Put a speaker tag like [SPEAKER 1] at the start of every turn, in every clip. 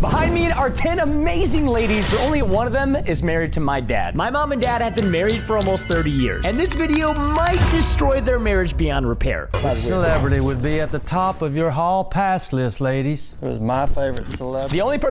[SPEAKER 1] Behind me are 10 amazing ladies, but only one of them is married to my dad. My mom and dad have been married for almost 30 years, and this video might destroy their marriage beyond repair.
[SPEAKER 2] Celebrity would be at the top of your hall pass list, ladies.
[SPEAKER 3] It was my favorite celebrity.
[SPEAKER 1] The only person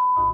[SPEAKER 4] a-"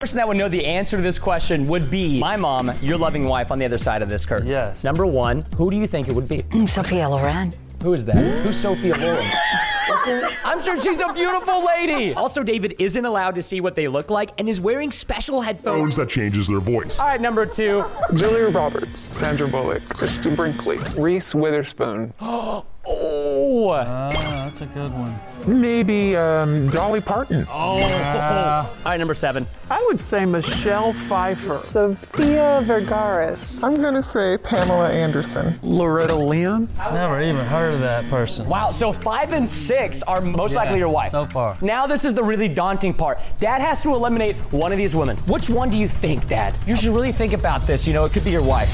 [SPEAKER 1] person that would know the answer to this question would be my mom, your loving wife, on the other side of this curtain.
[SPEAKER 3] Yes.
[SPEAKER 1] Number one, who do you think it would be?
[SPEAKER 5] Mm, Sophia Loren.
[SPEAKER 1] Who is that? Who's Sophia Loren? I'm sure she's a beautiful lady. Also, David isn't allowed to see what they look like and is wearing special headphones.
[SPEAKER 6] phones that changes their voice.
[SPEAKER 7] Oh,
[SPEAKER 1] All right, number two.
[SPEAKER 7] Julia Roberts, Sandra Bullock, Kristen Brinkley, Reese Witherspoon,
[SPEAKER 1] Oh,
[SPEAKER 2] Ah, that's a good one.
[SPEAKER 7] maybe um, Dolly Parton.
[SPEAKER 1] Oh. all right, number seven.
[SPEAKER 7] I would say Michelle Pfeiffer, Sophia Vergara's. I'm gonna say Pamela Anderson, Loretta Lynn.
[SPEAKER 2] Never even heard of that person.
[SPEAKER 1] Wow, so five and six are most likely your wife.
[SPEAKER 2] so far.
[SPEAKER 1] Now, this is the really daunting part. Dad has to eliminate one of these women. Which one do you think, Dad? You should really think about this. You know, it could be your wife.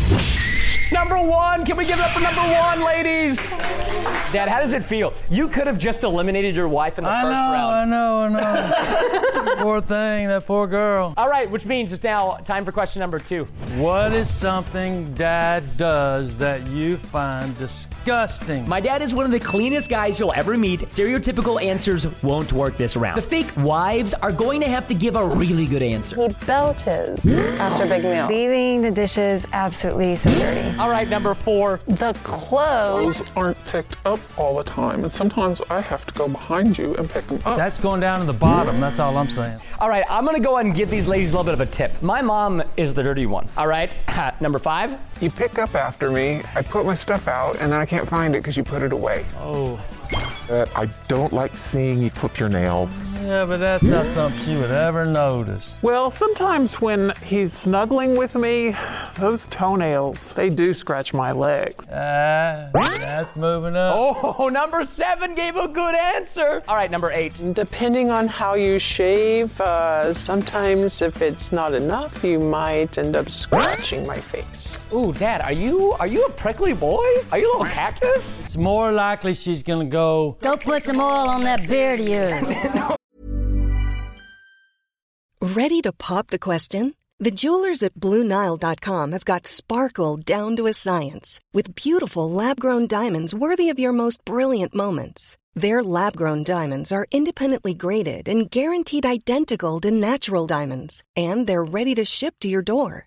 [SPEAKER 1] Number one, can we give it up for number one, ladies? Dad, how does it feel? You could have just eliminated your wife in the
[SPEAKER 2] I know,
[SPEAKER 1] first round.
[SPEAKER 2] I know, I know. poor thing, that poor girl.
[SPEAKER 1] All right, which means it's now time for question number two.
[SPEAKER 2] What is something dad does that you find disgusting?
[SPEAKER 1] My dad is one of the cleanest guys you'll ever meet. Stereotypical answers won't work this round. The fake wives are going to have to give a really good answer.
[SPEAKER 8] belches after big meal.
[SPEAKER 5] Leaving the dishes absolutely so dirty.
[SPEAKER 1] All right, number four.
[SPEAKER 5] The clothes.
[SPEAKER 7] Those aren't picked up all the time, and sometimes I have to go behind you and pick them up.
[SPEAKER 2] that's going down to the bottom, that's all I'm saying.
[SPEAKER 1] All right, I'm gonna go and give these ladies a little bit of a tip. My mom is the dirty one. All right, number five.
[SPEAKER 7] you pick up after me, I put my stuff out, and then I can't find it because you put it away. Uh,
[SPEAKER 2] Oh.
[SPEAKER 7] I don't like seeing you clip your nails.
[SPEAKER 2] Yeah, but that's not something she would ever notice.
[SPEAKER 3] Well, sometimes when he's snuggling with me, those toenails, they do scratch my legs.
[SPEAKER 2] Ah, that's moving up.
[SPEAKER 1] Oh, number seven gave a good answer. All right, number eight.
[SPEAKER 3] Depending on how you shave, uh, sometimes if it's not enough, you might end up scratching my face.
[SPEAKER 1] Ooh, Dad, are you are you a prickly boy? Are you a little cactus?
[SPEAKER 2] It's more likely she's gonna go.
[SPEAKER 9] Go put some oil on that beard of yours.
[SPEAKER 8] Ready to pop the question? The jewelers at BlueNile.com have got sparkle down to a science with beautiful lab grown diamonds worthy of your most brilliant moments. Their lab grown diamonds are independently graded and guaranteed identical to natural diamonds, and they're ready to ship to your door.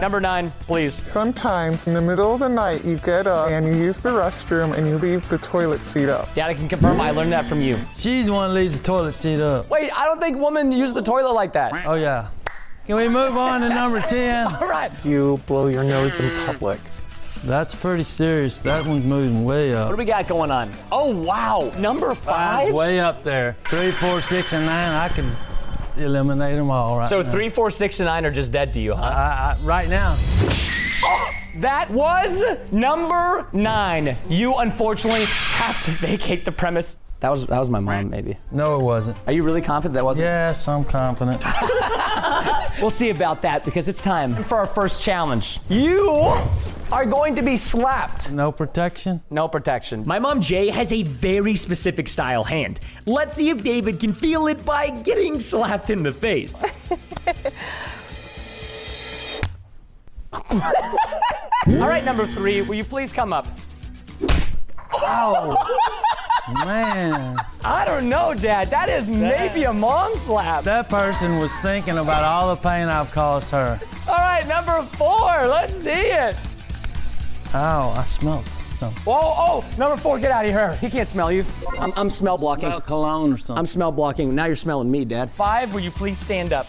[SPEAKER 1] Number nine, please.
[SPEAKER 7] Sometimes in the middle of the night, you get up and you use the restroom and you leave the toilet seat up.
[SPEAKER 1] Dad, I can confirm I learned that from you.
[SPEAKER 2] She's the one that leaves the toilet seat up.
[SPEAKER 1] Wait, I don't think women use the toilet like that.
[SPEAKER 2] Oh, yeah. Can we move on to number 10?
[SPEAKER 1] All right.
[SPEAKER 7] You blow your nose in public.
[SPEAKER 2] That's pretty serious. That one's moving way
[SPEAKER 1] What do
[SPEAKER 2] up.
[SPEAKER 1] we got going on? Oh, wow. Number
[SPEAKER 2] Mine's
[SPEAKER 1] five?
[SPEAKER 2] way up there. Three, four, six, and nine. I can eliminate them all right
[SPEAKER 1] So
[SPEAKER 2] now.
[SPEAKER 1] three, four, six, and nine are just dead to you, huh?
[SPEAKER 2] I, I, right now.
[SPEAKER 1] That was number nine. You unfortunately have to vacate the premise. That was that was my mom, maybe.
[SPEAKER 2] No, it wasn't.
[SPEAKER 1] Are you really confident that wasn't?
[SPEAKER 2] Yes, I'm confident.
[SPEAKER 1] We'll see about that because it's time for our first challenge. You are going to be slapped.
[SPEAKER 2] No protection?
[SPEAKER 1] No protection. My mom Jay has a very specific style hand. Let's see if David can feel it by getting slapped in the face. All right, number three, will you please come up?
[SPEAKER 2] Man,
[SPEAKER 1] I don't know, Dad. That is maybe a mom slap.
[SPEAKER 2] that person was thinking about all the pain I've caused her.
[SPEAKER 1] All right, number four. Let's see it.
[SPEAKER 2] Oh, I smelled something.
[SPEAKER 1] Whoa, oh, number four, get out of here. He can't smell you. I'm, I'm smell blocking.
[SPEAKER 2] Smelled cologne or something.
[SPEAKER 1] I'm smell blocking. Now you're smelling me, Dad. Five, will you please stand up?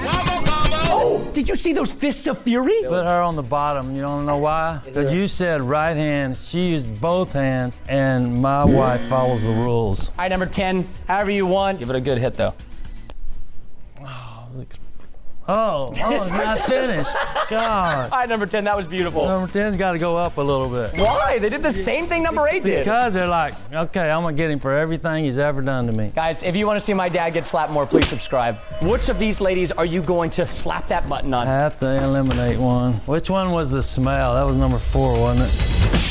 [SPEAKER 1] Oh, did you see those fists of fury?
[SPEAKER 2] Put her on the bottom. You don't know why? Because you said right hand. She used both hands, and my wife follows the rules.
[SPEAKER 1] All right, number 10, however you want. Give it a good hit, though.
[SPEAKER 2] Oh, oh, it's not finished. God.
[SPEAKER 1] All right, number 10, that was beautiful.
[SPEAKER 2] Number 10's got to go up a little bit.
[SPEAKER 1] Why? They did the same thing number 8 did.
[SPEAKER 2] Because they're like, okay, I'm going to get him for everything he's ever done to me.
[SPEAKER 1] Guys, if you want to see my dad get slapped more, please subscribe. Which of these ladies are you going to slap that button
[SPEAKER 2] I
[SPEAKER 1] on?
[SPEAKER 2] have to eliminate one. Which one was the smell? That was number four, wasn't it?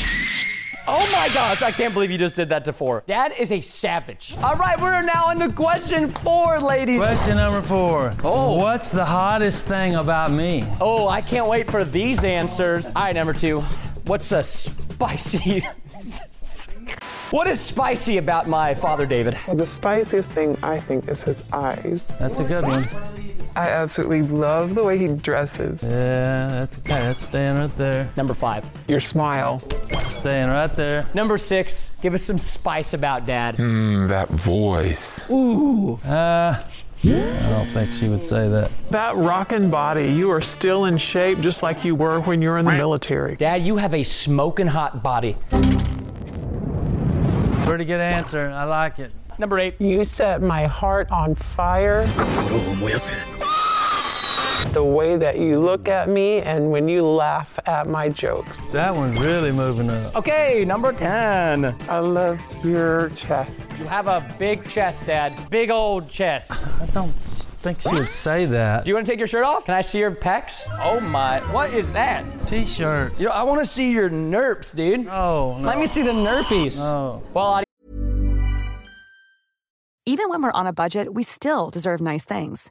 [SPEAKER 1] Oh my gosh, I can't believe you just did that to four. Dad is a savage. All right, we're now on to question four, ladies.
[SPEAKER 2] Question number four.
[SPEAKER 1] Oh.
[SPEAKER 2] What's the hottest thing about me?
[SPEAKER 1] Oh, I can't wait for these answers. All right, number two. What's a spicy? what is spicy about my father, David?
[SPEAKER 7] The spiciest thing I think is his eyes.
[SPEAKER 2] That's a good one.
[SPEAKER 7] I absolutely love the way he dresses.
[SPEAKER 2] Yeah, that's okay. That's staying right there.
[SPEAKER 1] Number five.
[SPEAKER 7] Your smile.
[SPEAKER 2] Staying right there.
[SPEAKER 1] Number six. Give us some spice about dad.
[SPEAKER 6] That voice.
[SPEAKER 2] Uh, I don't think she would say that.
[SPEAKER 7] That rockin' body. You are still in shape just like you were when you were in the military.
[SPEAKER 1] Dad, you have a smoking hot body.
[SPEAKER 2] Pretty good answer. I like it.
[SPEAKER 1] Number eight.
[SPEAKER 3] You set my heart on fire. The way that you look at me and when you laugh at my jokes.
[SPEAKER 2] That one's really moving up.
[SPEAKER 1] Okay, number 10.
[SPEAKER 7] I love your chest.
[SPEAKER 1] Have a big chest, Dad. Big old chest.
[SPEAKER 2] I don't think she would say that.
[SPEAKER 1] Do you want to take your shirt off? Can I see your pecs? Oh my, what is that?
[SPEAKER 2] T-shirt.
[SPEAKER 1] You know, I want to see your nerps, dude.
[SPEAKER 2] Oh no.
[SPEAKER 1] Let me see the nerpies.
[SPEAKER 2] No.
[SPEAKER 1] Well,
[SPEAKER 10] Even when we're on a budget, we still deserve nice things.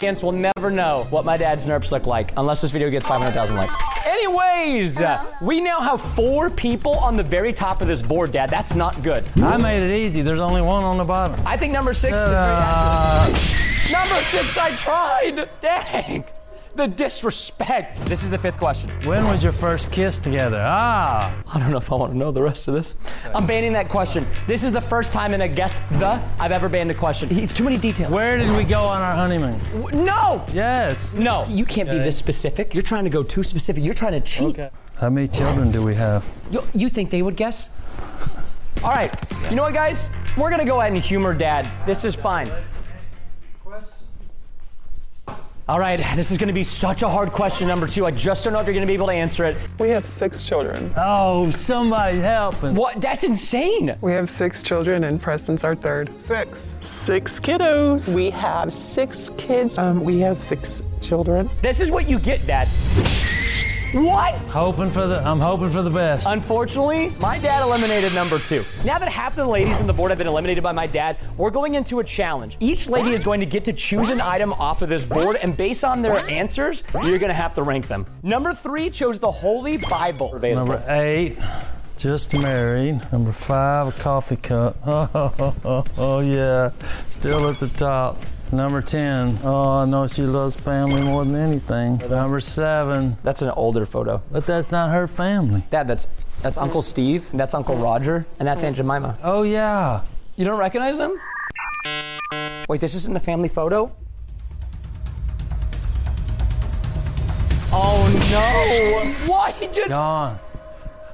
[SPEAKER 1] audience will never know what my dad's nerps look like unless this video gets 500,000 likes. Anyways, uh, we now have four people on the very top of this board, Dad. That's not good.
[SPEAKER 2] I made it easy. There's only one on the bottom.
[SPEAKER 1] I Uh. think number six is very
[SPEAKER 2] Uh,
[SPEAKER 1] accurate. Number six, I tried. Dang. The disrespect. This is the fifth question.
[SPEAKER 2] When was your first kiss together? Ah.
[SPEAKER 1] I don't know if I want to know the rest of this. I'm banning that question. This is the first time in a guess the I've ever banned a question. It's too many details.
[SPEAKER 2] Where did we go on our honeymoon?
[SPEAKER 1] No.
[SPEAKER 2] Yes.
[SPEAKER 1] No. You can't be this specific. You're trying to go too specific. You're trying to cheat.
[SPEAKER 2] How many children do we have?
[SPEAKER 1] You, you think they would guess? All right. You know what, guys? We're gonna go ahead and humor Dad. This is fine. All right, this is going to be such a hard question, number two. I just don't know if you're going to be able to answer it.
[SPEAKER 3] We have six children.
[SPEAKER 2] Oh, somebody help.
[SPEAKER 1] What? That's insane.
[SPEAKER 3] We have six children, and Preston's our third. Six. Six kiddos. We have six kids. Um, we have six children.
[SPEAKER 1] This is what you get, Dad. What?
[SPEAKER 2] Hoping for the I'm hoping for the best.
[SPEAKER 1] Unfortunately, my dad eliminated number two. Now that half the ladies on the board have been eliminated by my dad, we're going into a challenge. Each lady is going to get to choose an item off of this board, and based on their answers, you're going to have to rank them. Number three chose the Holy Bible.
[SPEAKER 2] Number eight, just married. Number five, a coffee cup. Oh, oh, oh, oh, yeah, still at the top. Number 10, oh, I know she loves family more than anything. Number seven.
[SPEAKER 1] That's an older photo.
[SPEAKER 2] But that's not her family.
[SPEAKER 1] Dad, that's that's Uncle Steve, and that's Uncle Roger, and that's Aunt Jemima.
[SPEAKER 2] Oh yeah.
[SPEAKER 1] You don't recognize them? Wait, this isn't a family photo? Oh no! Why he just
[SPEAKER 2] Gone.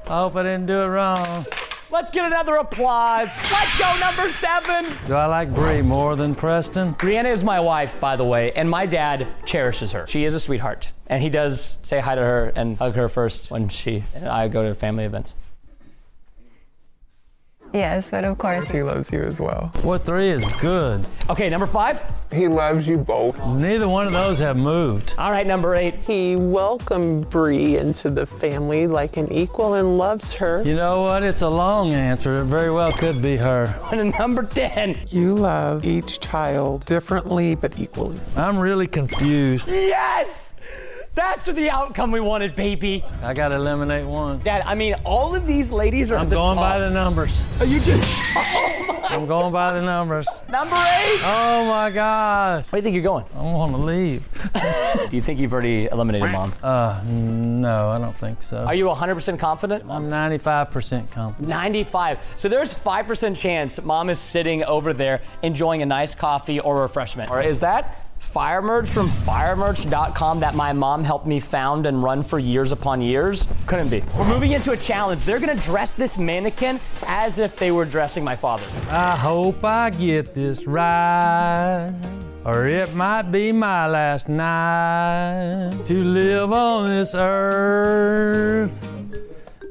[SPEAKER 2] I hope I didn't do it wrong.
[SPEAKER 1] Let's get another applause. Let's go, number seven.
[SPEAKER 2] Do I like Bree more than Preston?
[SPEAKER 1] Brianna is my wife, by the way, and my dad cherishes her. She is a sweetheart, and he does say hi to her and hug her first when she and I go to family events.
[SPEAKER 5] Yes, but of course.
[SPEAKER 7] He loves you as well.
[SPEAKER 2] What three is good?
[SPEAKER 1] Okay, number five.
[SPEAKER 7] He loves you both.
[SPEAKER 2] Neither one of those have moved.
[SPEAKER 1] All right, number eight.
[SPEAKER 3] He welcomed Bree into the family like an equal and loves her.
[SPEAKER 2] You know what? It's a long answer. It very well could be her.
[SPEAKER 1] And number ten.
[SPEAKER 3] You love each child differently but equally.
[SPEAKER 2] I'm really confused.
[SPEAKER 1] Yes. That's the outcome we wanted, baby.
[SPEAKER 2] I gotta eliminate one.
[SPEAKER 1] Dad, I mean, all of these ladies are. at
[SPEAKER 2] I'm
[SPEAKER 1] the
[SPEAKER 2] going
[SPEAKER 1] top.
[SPEAKER 2] by the numbers.
[SPEAKER 1] Are you just? Oh my.
[SPEAKER 2] I'm going by the numbers.
[SPEAKER 1] Number eight.
[SPEAKER 2] Oh my gosh.
[SPEAKER 1] Where do you think you're going?
[SPEAKER 2] I want to leave.
[SPEAKER 1] Do you think you've already eliminated mom?
[SPEAKER 2] Uh, no, I don't think so.
[SPEAKER 1] Are you 100% confident?
[SPEAKER 2] I'm 95% confident.
[SPEAKER 1] 95. So there's 5% chance mom is sitting over there enjoying a nice coffee or refreshment. Or is that Firemerge from firemerch.com that my mom helped me found and run for years upon years? Couldn't be. We're moving into a challenge. They're going to dress this mannequin as if they were dressing my father.
[SPEAKER 2] I hope I get this right. Or it might be my last night to live on this earth.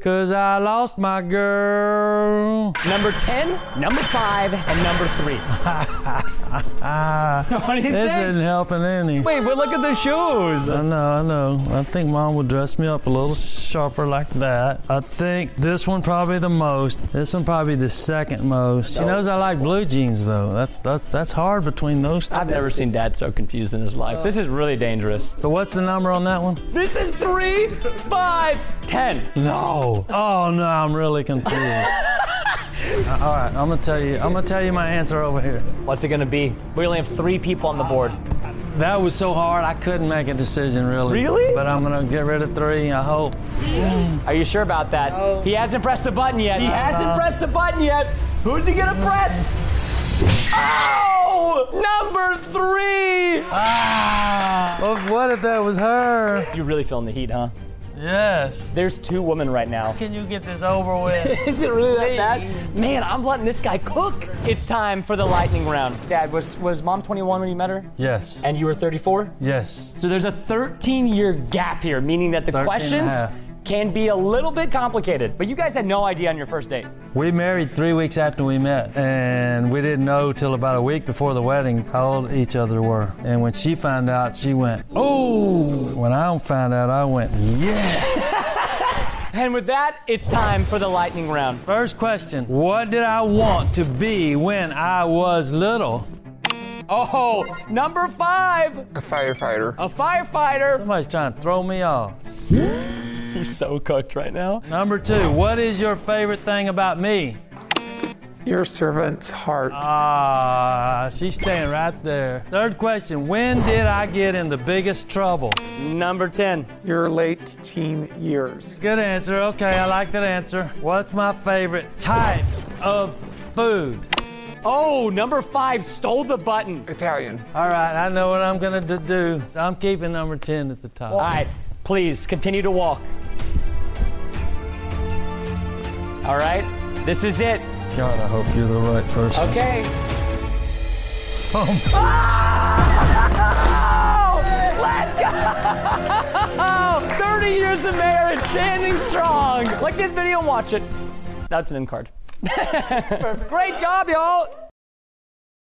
[SPEAKER 2] Cause I lost my girl.
[SPEAKER 1] Number 10, number 5, and number 3. what do you
[SPEAKER 2] This
[SPEAKER 1] think?
[SPEAKER 2] isn't helping any.
[SPEAKER 1] Wait, but look at the shoes.
[SPEAKER 2] I know, I know. I think mom would dress me up a little sharper like that. I think this one probably the most. This one probably the second most. She knows I like blue jeans though. That's that's that's hard between those two.
[SPEAKER 1] I've never seen dad so confused in his life. This is really dangerous.
[SPEAKER 2] So what's the number on that one?
[SPEAKER 1] This is three, five, ten.
[SPEAKER 2] No. Oh no, I'm really confused. Uh, all right, I'm gonna tell you. I'm gonna tell you my answer over here.
[SPEAKER 1] What's it gonna be? We only have three people on the board.
[SPEAKER 2] That was so hard, I couldn't make a decision really.
[SPEAKER 1] Really?
[SPEAKER 2] But I'm gonna get rid of three. I hope.
[SPEAKER 1] Are you sure about that? He hasn't pressed the button yet. Uh-huh. He hasn't pressed the button yet. Who's he gonna press? Oh! Number three!
[SPEAKER 2] Ah. Well, what if that was her?
[SPEAKER 1] You're really feeling the heat, huh?
[SPEAKER 2] Yes.
[SPEAKER 1] There's two women right now.
[SPEAKER 2] Can you get this over with?
[SPEAKER 1] Is it really that bad? Man, I'm letting this guy cook. It's time for the lightning round. Dad, was was mom 21 when you met her?
[SPEAKER 2] Yes.
[SPEAKER 1] And you were 34?
[SPEAKER 2] Yes.
[SPEAKER 1] So there's a 13 year gap here, meaning that the
[SPEAKER 2] 13 and a
[SPEAKER 1] questions
[SPEAKER 2] half.
[SPEAKER 1] can be a little bit complicated. But you guys had no idea on your first date.
[SPEAKER 2] We married three weeks after we met, and we didn't know till about a week before the wedding how old each other were. And when she found out, she went, "Oh!" When I found out, I went, "Yes."
[SPEAKER 1] And with that, it's time for the lightning round.
[SPEAKER 2] First question: What did I want to be when I was little?
[SPEAKER 1] Oh, number five,
[SPEAKER 7] A firefighter.
[SPEAKER 1] a firefighter.
[SPEAKER 2] Somebody's trying to throw me off.
[SPEAKER 1] He's so cooked right now.
[SPEAKER 2] Number two: What is your favorite thing about me?
[SPEAKER 7] Your servant's heart.
[SPEAKER 2] Ah, she's staying right there. Third question When did I get in the biggest trouble? Number 10.
[SPEAKER 7] Your late teen years.
[SPEAKER 2] Good answer. Okay, I like that answer. What's my favorite type of food?
[SPEAKER 1] Oh, number five stole the button.
[SPEAKER 7] Italian.
[SPEAKER 2] All right, I know what I'm going to do. So I'm keeping number 10 at the top.
[SPEAKER 1] All right, please continue to walk. All right, this is it.
[SPEAKER 2] God, I hope you're the right person.
[SPEAKER 1] Okay. Oh! Let's go! 30 years of marriage, standing strong. Click this video and watch it. That's an end card. Great job, y'all.